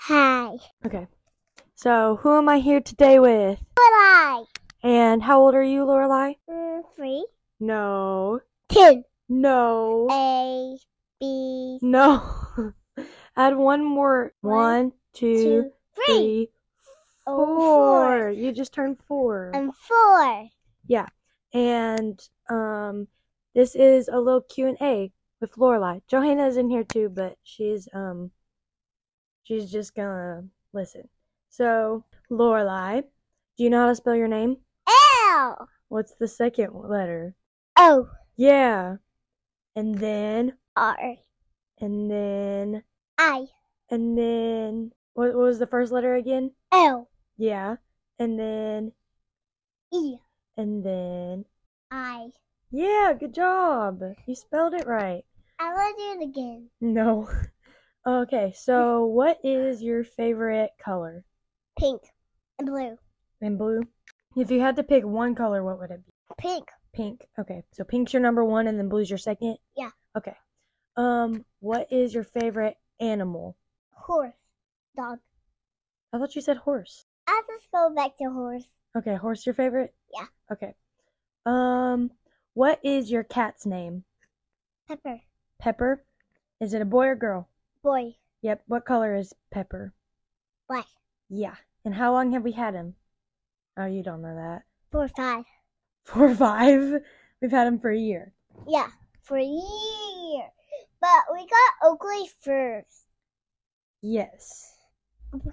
Hi. Okay. So, who am I here today with? What And how old are you, Lorelai? Mm, three. No. Ten. No. A, B, No. Add one more. One, two, three. three, Oh, four. You just turned four. And four. And um, this is a little Q and A with Lorelai. Johanna's in here too, but she's um, she's just gonna listen. So, Lorelai, do you know how to spell your name? L. What's the second letter? O. Yeah. And then, R. and then, I. and then, what, what was the first letter again? L. Yeah. And then, E. and then. I. Yeah, good job. You spelled it right. I will do it again. No. Okay, so what is your favorite color? Pink and blue. And blue? If you had to pick one color, what would it be? Pink. Pink. Okay, so pink's your number one and then blue's your second? Yeah. Okay. Um, what is your favorite animal? Horse. Dog. I thought you said horse. I just go back to horse. Okay, horse your favorite? Yeah. Okay. Um, what is your cat's name? Pepper. Pepper? Is it a boy or girl? Boy. Yep. What color is Pepper? Black. Yeah. And how long have we had him? Oh, you don't know that. Four, five. Four or five? We've had him for a year. Yeah. For a year. But we got Oakley first. Yes. Because,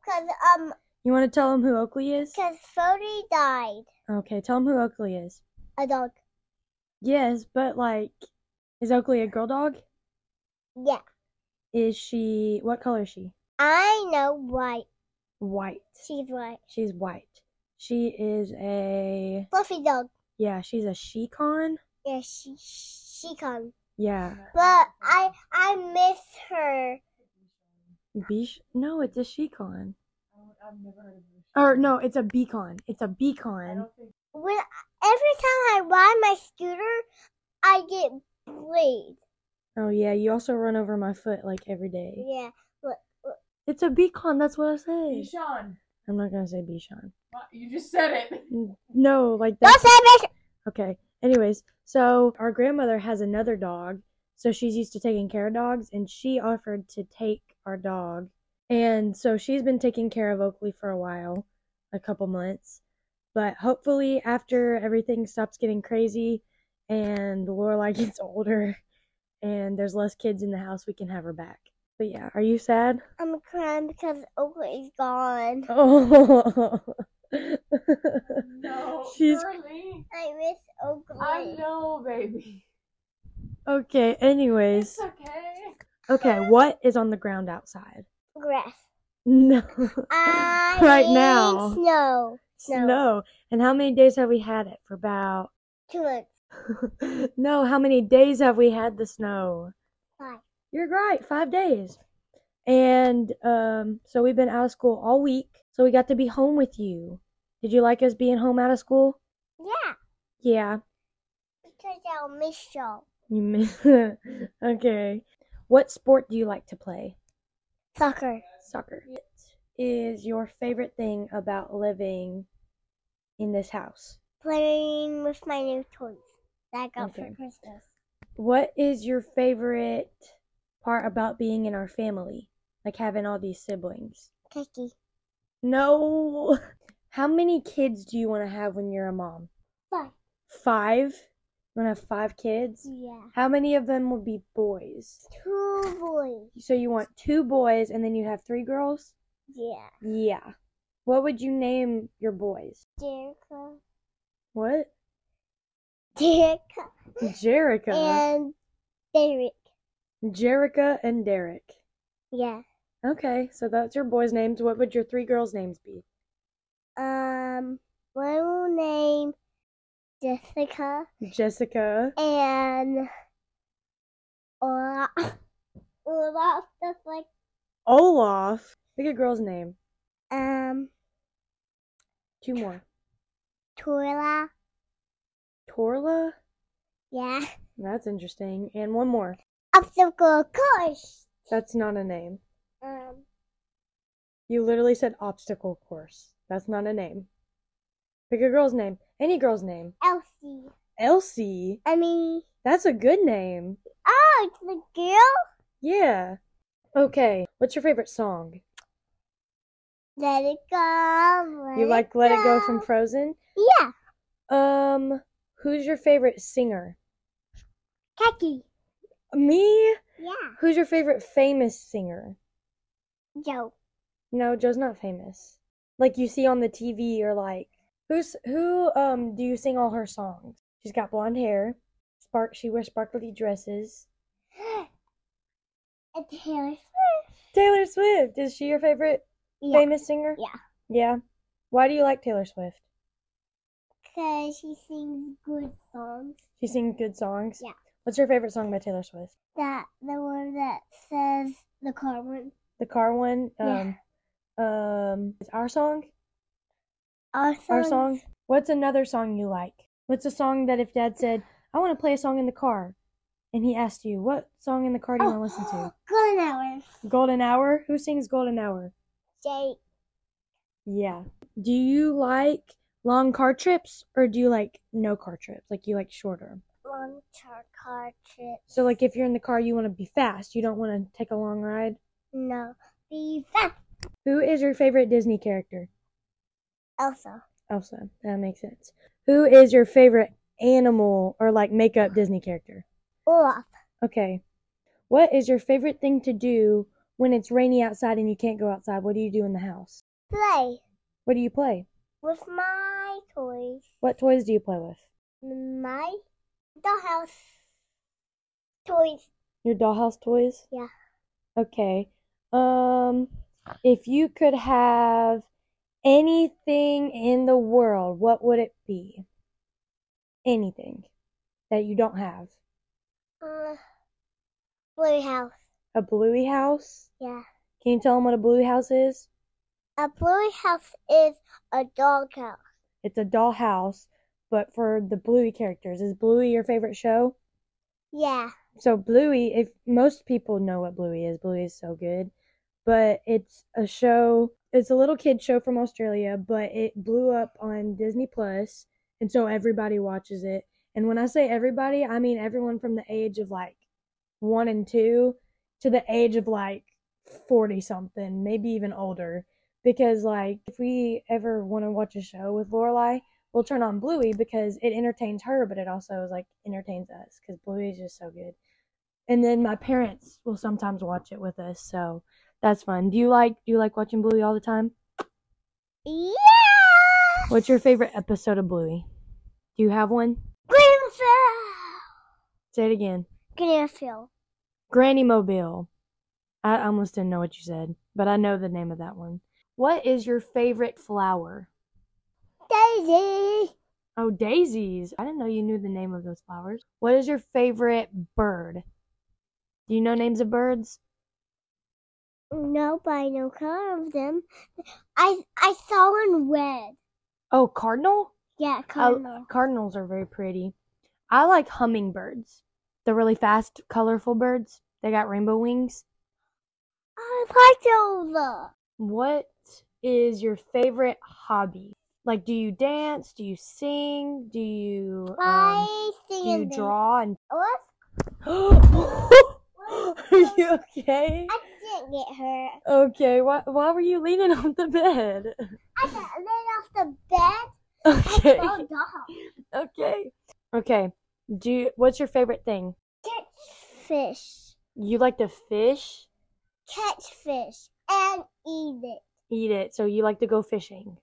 because, um, You want to tell him who Oakley is? because Fody died. Okay, tell him who Oakley is. A dog. Yes, but like, is Oakley a girl dog? Yeah. Is she, what color is she? I know why White. she's right. She's white. She is a Fluffy dog. Yeah, she's a she-con. Yeah, she she comes. Yeah. But I I miss her. Beach? No, it's a she-con. Or no, it's a beacon. It's a beacon. When every time I ride my scooter, I get bleed. Oh yeah, you also run over my foot like every day. Yeah, It's a beacon. That's what I say. Sean, I'm not gonna say Bichon. you just said it. No, like don't that's say miss. okay. Anyways, so our grandmother has another dog, so she's used to taking care of dogs, and she offered to take our dog, and so she's been taking care of Oakley for a while, a couple months, but hopefully after everything stops getting crazy, and Lorelai gets older, and there's less kids in the house, we can have her back. But yeah, are you sad? I'm crying because Oakley's gone. Oh. No, She's early. I miss Oakley. I know, baby. okay. Anyways, It's okay. okay. What is on the ground outside? Grass. No. I Right need now. Snow. Snow. Snow. And how many days have we had it? For about. Two months. no. How many days have we had the snow? Five. You're right. Five days. And um, so we've been out of school all week. So we got to be home with you. Did you like us being home out of school? Yeah, Yeah. because I'll miss you. You miss. okay. What sport do you like to play? Soccer. Soccer. What is your favorite thing about living in this house? Playing with my new toys that I got Okay. for Christmas. What is your favorite part about being in our family? Like having all these siblings? Cookie. No. How many kids do you want to have when you're a mom? Five. Mm. Five? You want to have five kids? Yeah. How many of them would be boys? Two boys. So you want two boys and then you have three girls? Yeah. Yeah. What would you name your boys? Jericho. What? Jericho. Jerica. And Derek. Jerica and Derek. Yeah. Okay, so that's your boys' names. What would your three girls' names be? Um, one will name Jessica Jessica. and Olaf. Olaf, that's like, Olaf. Pick a girl's name. um, Two more. Torla Torla. Yeah. That's interesting. And one more. Obstacle course. That's not a name. Um, You literally said obstacle course. That's not a name. Pick a girl's name. Any girl's name. Elsie. Elsie. I mean, That's a good name. oh, it's the girl Yeah. Okay. What's your favorite song? Let it go. Let You like Let It Go from Frozen? Yeah, Um, who's your favorite singer? Kaki. Me? Yeah, Who's your favorite famous singer? Joe. No, Joe's not famous. Like you see on the TV or like who's who um do you sing all her songs? She's got blonde hair. Spark she wears sparkly dresses. And Taylor Swift. Taylor Swift, is she your favorite Yeah, famous singer? Yeah. Yeah. Why do you like Taylor Swift? because she sings good songs. She sings good songs. Yeah. What's your favorite song by Taylor Swift? That the one that says the car one. The car one? Yeah. Um um it's our song? Our song. Our song? What's another song you like? What's a song that if dad said, I want to play a song in the car and he asked you, What song in the car do you Oh, want to listen to? Golden Hour. Golden Hour? Who sings Golden Hour? Jake. Yeah. Do you like long car trips or do you like no car trips? Like you like shorter? Long char car trip. So like if you're in the car you want to be fast, you don't want to take a long ride. No, be fast, Who is your favorite Disney character? Elsa. Elsa. That makes sense. Who is your favorite animal or like makeup Disney character? Olaf. Okay. What is your favorite thing to do when it's rainy outside and you can't go outside? What do you do in the house? Play What do you play? with my toys. What toys do you play with? My dollhouse toys. Your dollhouse toys? Yeah. Okay. Um, if you could have anything in the world, what would it be? Anything that you don't have. Uh, blue house. A bluey house? Yeah. Can you tell them what a bluey house is? A blue house is a dog house. It's a dollhouse, but for the bluey characters. Is Bluey your favorite show? Yeah. So Bluey, if most people know what Bluey is, Bluey is so good. But it's a show, it's a little kid show from Australia, but it blew up on Disney Plus, and so everybody watches it. And when I say everybody, I mean everyone from the age of like 1 and 2 to the age of like 40 something, maybe even older. Because like if we ever want to watch a show with Lorelai, we'll turn on Bluey because it entertains her, but it also like entertains us because Bluey is just so good and then my parents will sometimes watch it with us so that's fun do you like do you like watching bluey all the time Yeah. what's your favorite episode of bluey do you have one Greenfield. say it again Greenfield. granny mobile i almost didn't know what you said but i know the name of that one what is your favorite flower Daisy. oh daisies i didn't know you knew the name of those flowers what is your favorite bird do you know names of birds No, by no color of them. I I saw one red. oh cardinal Yeah, I- cardinal. cardinals are very pretty. I like hummingbirds. They're really fast, colorful birds. They got rainbow wings. Oh, I like those. What is your favorite hobby? Like, do you dance? Do you sing? Do you um, I do sing you and dance. draw? And What? are you okay? I didn't get hurt. Okay. Why why were you leaning on the bed? I got laid off the bed. Okay. I fell down. Okay. Okay. Do you, what's your favorite thing? Catch fish. You like to fish? Catch fish and eat it. Eat it. So you like to go fishing.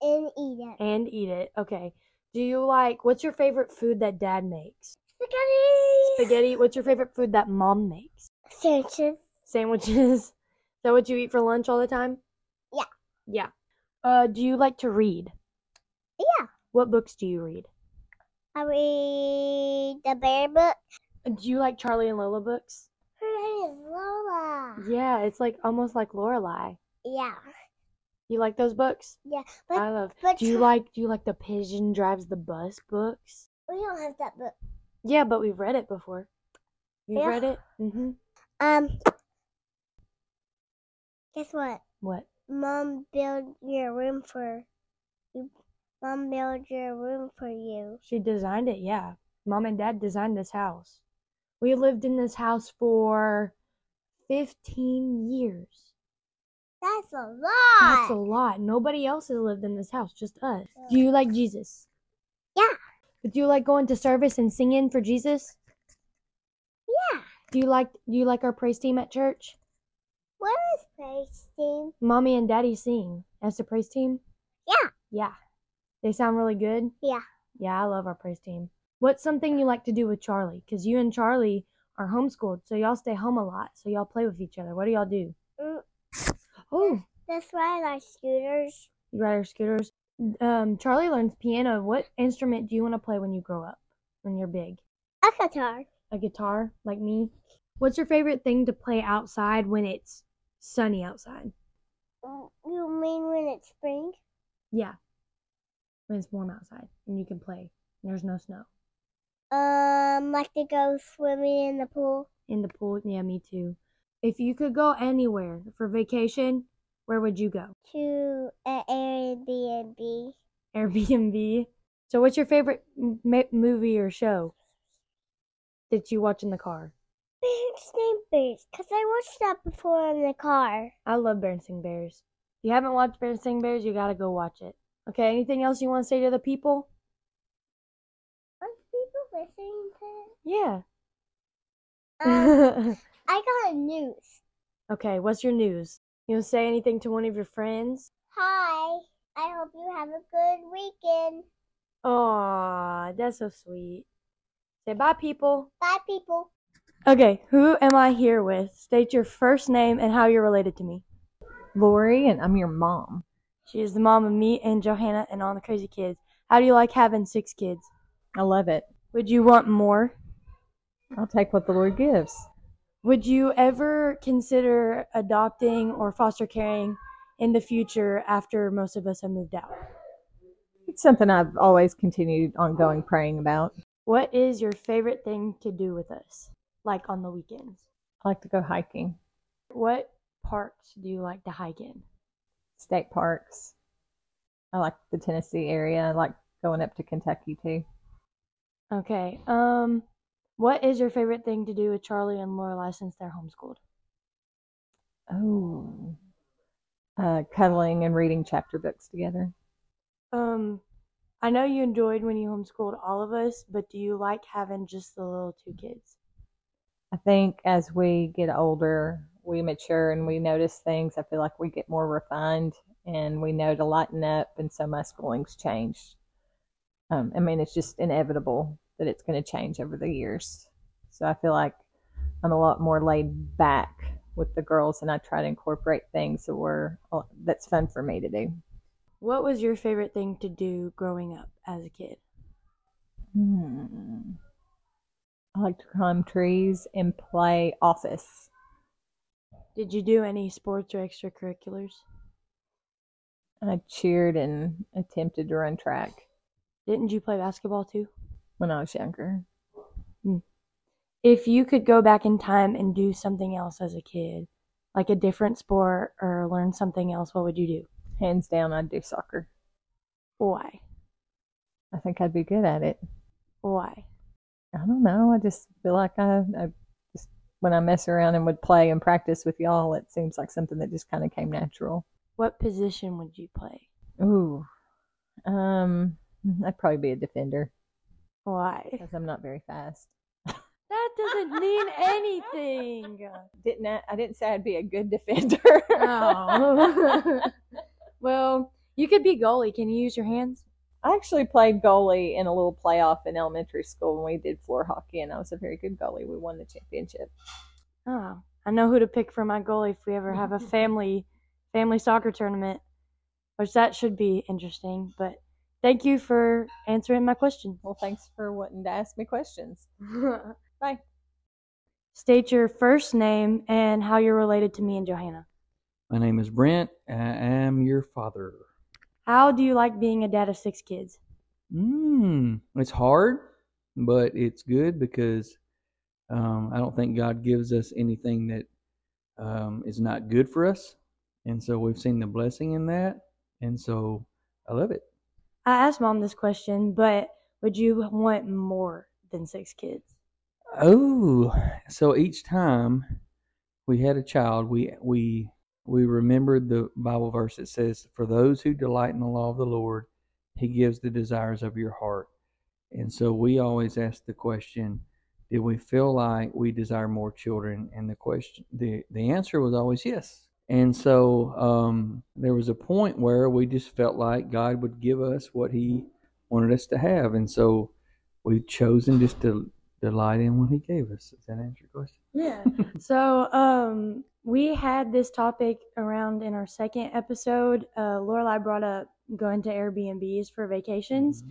And eat it. and eat it. Okay. Do you like what's your favorite food that dad makes? Spaghetti. Spaghetti. What's your favorite food that mom makes? Sandwiches. Sandwiches. Is that what you eat for lunch all the time? Yeah. Yeah. Uh, do you like to read? Yeah. What books do you read? I read the bear book. Do you like Charlie and Lola books? Her name is Lola. Yeah, it's like almost like Lorelai. Yeah. You like those books? Yeah, but- I love. But Do you like do you like the pigeon drives the bus books? We don't have that book. Yeah, but we've read it before. You Yeah. read it? Mm-hmm. Um, guess what? What? Mom built your room for you. Mom built your room for you. She designed it, yeah. Mom and dad designed this house. We lived in this house for 15 years. That's a lot. That's a lot. Nobody else has lived in this house, just us. Do you like Jesus? Yeah. Do you like going to service and singing for Jesus? yeah. Do you like do you like our praise team at church? What is praise team? Mommy and Daddy sing as the praise team? Yeah. Yeah. They sound really good? Yeah. Yeah, I love our praise team. What's something you like to do with Charlie? Because you and Charlie are homeschooled, so y'all stay home a lot, so y'all play with each other. What do y'all do? Mm. Oh, That's why I like scooters. you ride our scooters. Um, Charlie learns piano. What instrument do you want to play when you grow up, when you're big? A guitar. A guitar, like me? What's your favorite thing to play outside when it's sunny outside? Mm, You mean when it's spring? Yeah. When it's warm outside and you can play. and There's no snow. Um, like to go swimming in the pool. In the pool, yeah, me too. If you could go anywhere for vacation, where would you go? to an Airbnb. Airbnb. So, what's your favorite m- ma- movie or show that you watch in the car? Bernstein Bears, because I watched that before in the car. I love Berenstain Bears. If you haven't watched Berenstain Bears, you gotta go watch it. Okay, anything else you want to say to the people? Are people listening to Yeah. it? Um, I got a news. okay, what's your news? You want to say anything to one of your friends? Hi, I hope you have a good weekend. Aw, that's so sweet. Say bye, people. Bye, people. Okay, who am I here with? State your first name and how you're related to me. Lori, and I'm your mom. She is the mom of me and Johanna and all the crazy kids. How do you like having six kids? I love it. Would you want more? I'll take what the Lord gives. Would you ever consider adopting or foster caring in the future after most of us have moved out? It's something I've always continued ongoing praying about. What is your favorite thing to do with us, like on the weekends? I like to go hiking, What parks do you like to hike in? state parks. I like the Tennessee area. I like going up to Kentucky too. Okay. Um, what is your favorite thing to do with Charlie and Lorelai since they're homeschooled? Oh, uh, cuddling and reading chapter books together. Um, I know you enjoyed when you homeschooled all of us, but do you like having just the little two kids? I think as we get older, we mature and we notice things. I feel like we get more refined and we know to lighten up. And so my schooling's changed. Um, I mean, it's just inevitable that it's going to change over the years. So I feel like I'm a lot more laid back with the girls, and I try to incorporate things that were uh, that's fun for me to do. What was your favorite thing to do growing up as a kid? Hmm. I like to climb trees and play office. Did you do any sports or extracurriculars? I cheered and attempted to run track. Didn't you play basketball too? when I was younger. If you could go back in time and do something else as a kid, like a different sport or learn something else, what would you do? Hands down, I'd do soccer. Why? I think I'd be good at it. Why? I don't know. I just feel like I, I just, when I mess around and would play and practice with y'all, it seems like something that just kind of came natural. What position would you play? Ooh, um, I'd probably be a defender Why? because I'm not very fast. That doesn't mean anything. Didn't I? I didn't say I'd be a good defender. Oh. well, you could be goalie. Can you use your hands? I actually played goalie in a little playoff in elementary school when we did floor hockey, and I was a very good goalie. We won the championship. Oh, I know who to pick for my goalie if we ever have a family family soccer tournament, which that should be interesting. But thank you for answering my question. Well, thanks for wanting to ask me questions. Bye. State your first name and how you're related to me and Johanna. My name is Brent. I am your father. How do you like being a dad of six kids? Mmm, Hmm, it's hard. but it's good because um, I don't think God gives us anything that um, is not good for us, and so we've seen the blessing in that, and so I love it. I asked mom this question, but would you want more than six kids? Oh, so each time we had a child, we we we remembered the Bible verse that says, "For those who delight in the law of the Lord, He gives the desires of your heart." And so we always ask the question, "Did we feel like we desire more children?" And the question, the the answer was always yes. And so um, there was a point where we just felt like God would give us what He wanted us to have, and so we've chosen just to delight in what he gave us. Does that answer your question? Yeah. so um, we had this topic around in our second episode. Uh, Lorelai brought up going to Airbnbs for vacations.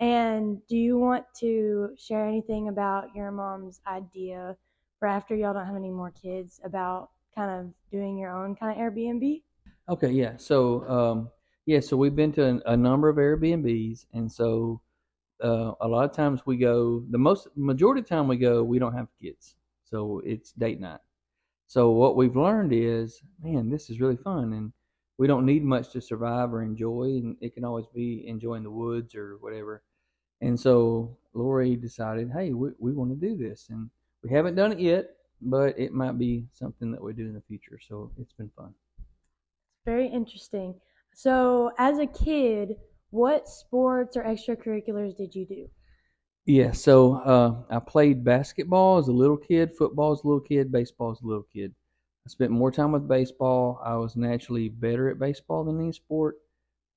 And do you want to share anything about your mom's idea for after y'all don't have any more kids about kind of doing your own kind of Airbnb? Okay, yeah. So, um, yeah, so we've been to an, a number of Airbnbs, and so uh, a lot of times we go. The most majority of time we go, we don't have kids, so it's date night. So what we've learned is, man, this is really fun, and we don't need much to survive or enjoy, and it can always be enjoying the woods or whatever. And so Lori decided, hey, we, we want to do this, and we haven't done it yet, but it might be something that we do in the future. So it's been fun. Very interesting. So, as a kid, what sports or extracurriculars did you do? Yeah, so uh, I played basketball as a little kid, football as a little kid, baseball as a little kid. I spent more time with baseball. I was naturally better at baseball than any sport.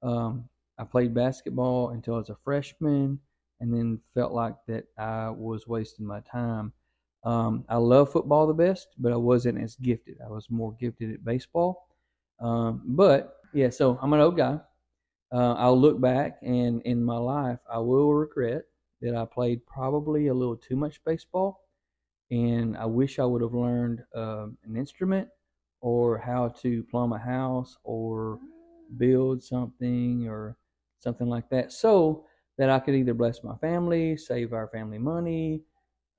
Um, I played basketball until I was a freshman and then felt like that I was wasting my time. Um, I love football the best, but I wasn't as gifted. I was more gifted at baseball. Um, but yeah, so I'm an old guy. Uh, I'll look back and in my life, I will regret that I played probably a little too much baseball, and I wish I would have learned um, an instrument or how to plumb a house or build something or something like that, so that I could either bless my family, save our family money,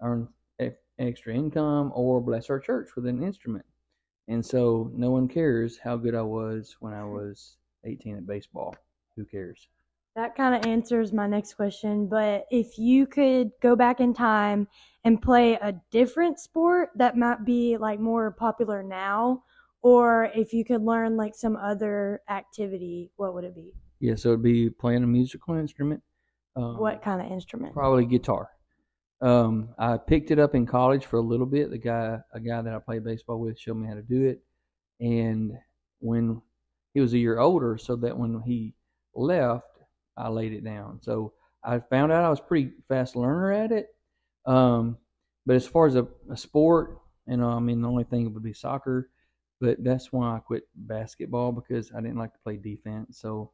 earn e- extra income, or bless our church with an instrument. And so no one cares how good I was when I was 18 at baseball. Who cares? That kind of answers my next question, but if you could go back in time and play a different sport that might be like more popular now, or if you could learn like some other activity, what would it be? Yeah, so it'd be playing a musical instrument. Um, What kind of instrument? Probably guitar. Um, I picked it up in college for a little bit. The guy, a guy that I played baseball with, showed me how to do it. And when he was a year older, so that when he left, I laid it down. So I found out I was pretty fast learner at it. Um, but as far as a, a sport, you know, I mean, the only thing would be soccer. But that's why I quit basketball because I didn't like to play defense. So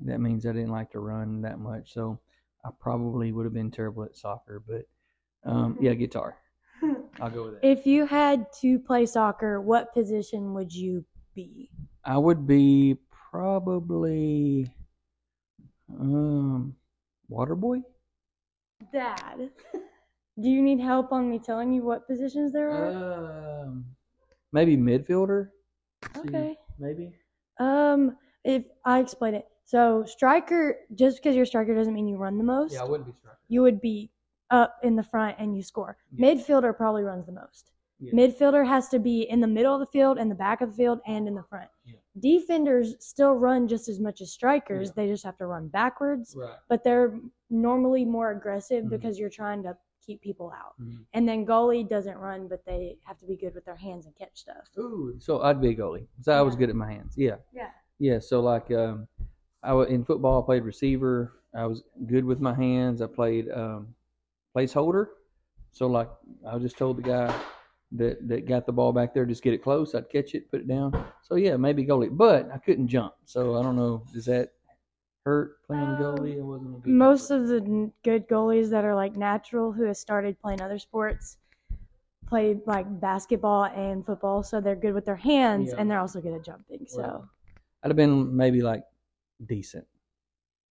that means I didn't like to run that much. So I probably would have been terrible at soccer, but um, yeah, guitar. I'll go with that. If you had to play soccer, what position would you be? I would be probably um, water boy. Dad, do you need help on me telling you what positions there are? Um, maybe midfielder. See, okay. Maybe. Um, if I explain it, so striker, just because you're a striker doesn't mean you run the most. Yeah, I wouldn't be striker. you would be up in the front and you score. Yeah. Midfielder probably runs the most. Yeah. Midfielder has to be in the middle of the field, in the back of the field, and in the front. Yeah. Defenders still run just as much as strikers. Yeah. They just have to run backwards, Right. but they're normally more aggressive Mhm. because you're trying to keep people out. Mhm. And then goalie doesn't run, but they have to be good with their hands and catch stuff. Ooh, so I'd be a goalie. So I was good at my hands. Yeah. Yeah. Yeah. So like, um, I wa in football. I played receiver. I was good with my hands. I played um, placeholder. So like, I was just told the guy that that got the ball back there, just get it close. I'd catch it, put it down. So yeah, maybe goalie, but I couldn't jump. So I don't know. Does that hurt playing Um, goalie? I wasn't a good most jumper. of the n- good goalies that are like natural who have started playing other sports play like basketball and football so they're good with their hands Yeah. and they're also good at jumping so I'd have been maybe like decent.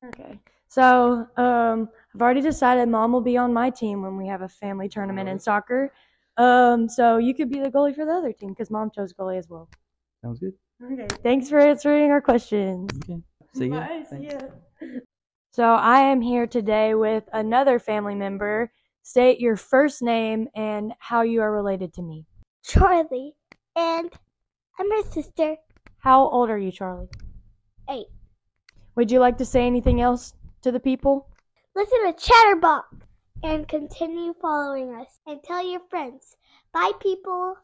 okay So um, I've already decided mom will be on my team when we have a family tournament in Alright. soccer. Um, so you could be the goalie for the other team because mom chose goalie as well. Sounds good. Okay. Thanks for answering our questions. Okay. See ya. Bye, Thanks. see ya. So I am here today with another family member. State your first name and how you are related to me. Charlie, and I'm her sister. How old are you, Charlie? Eight. Would you like to say anything else to the people? Listen to Chatterbox and continue following us and tell your friends. Bye, people.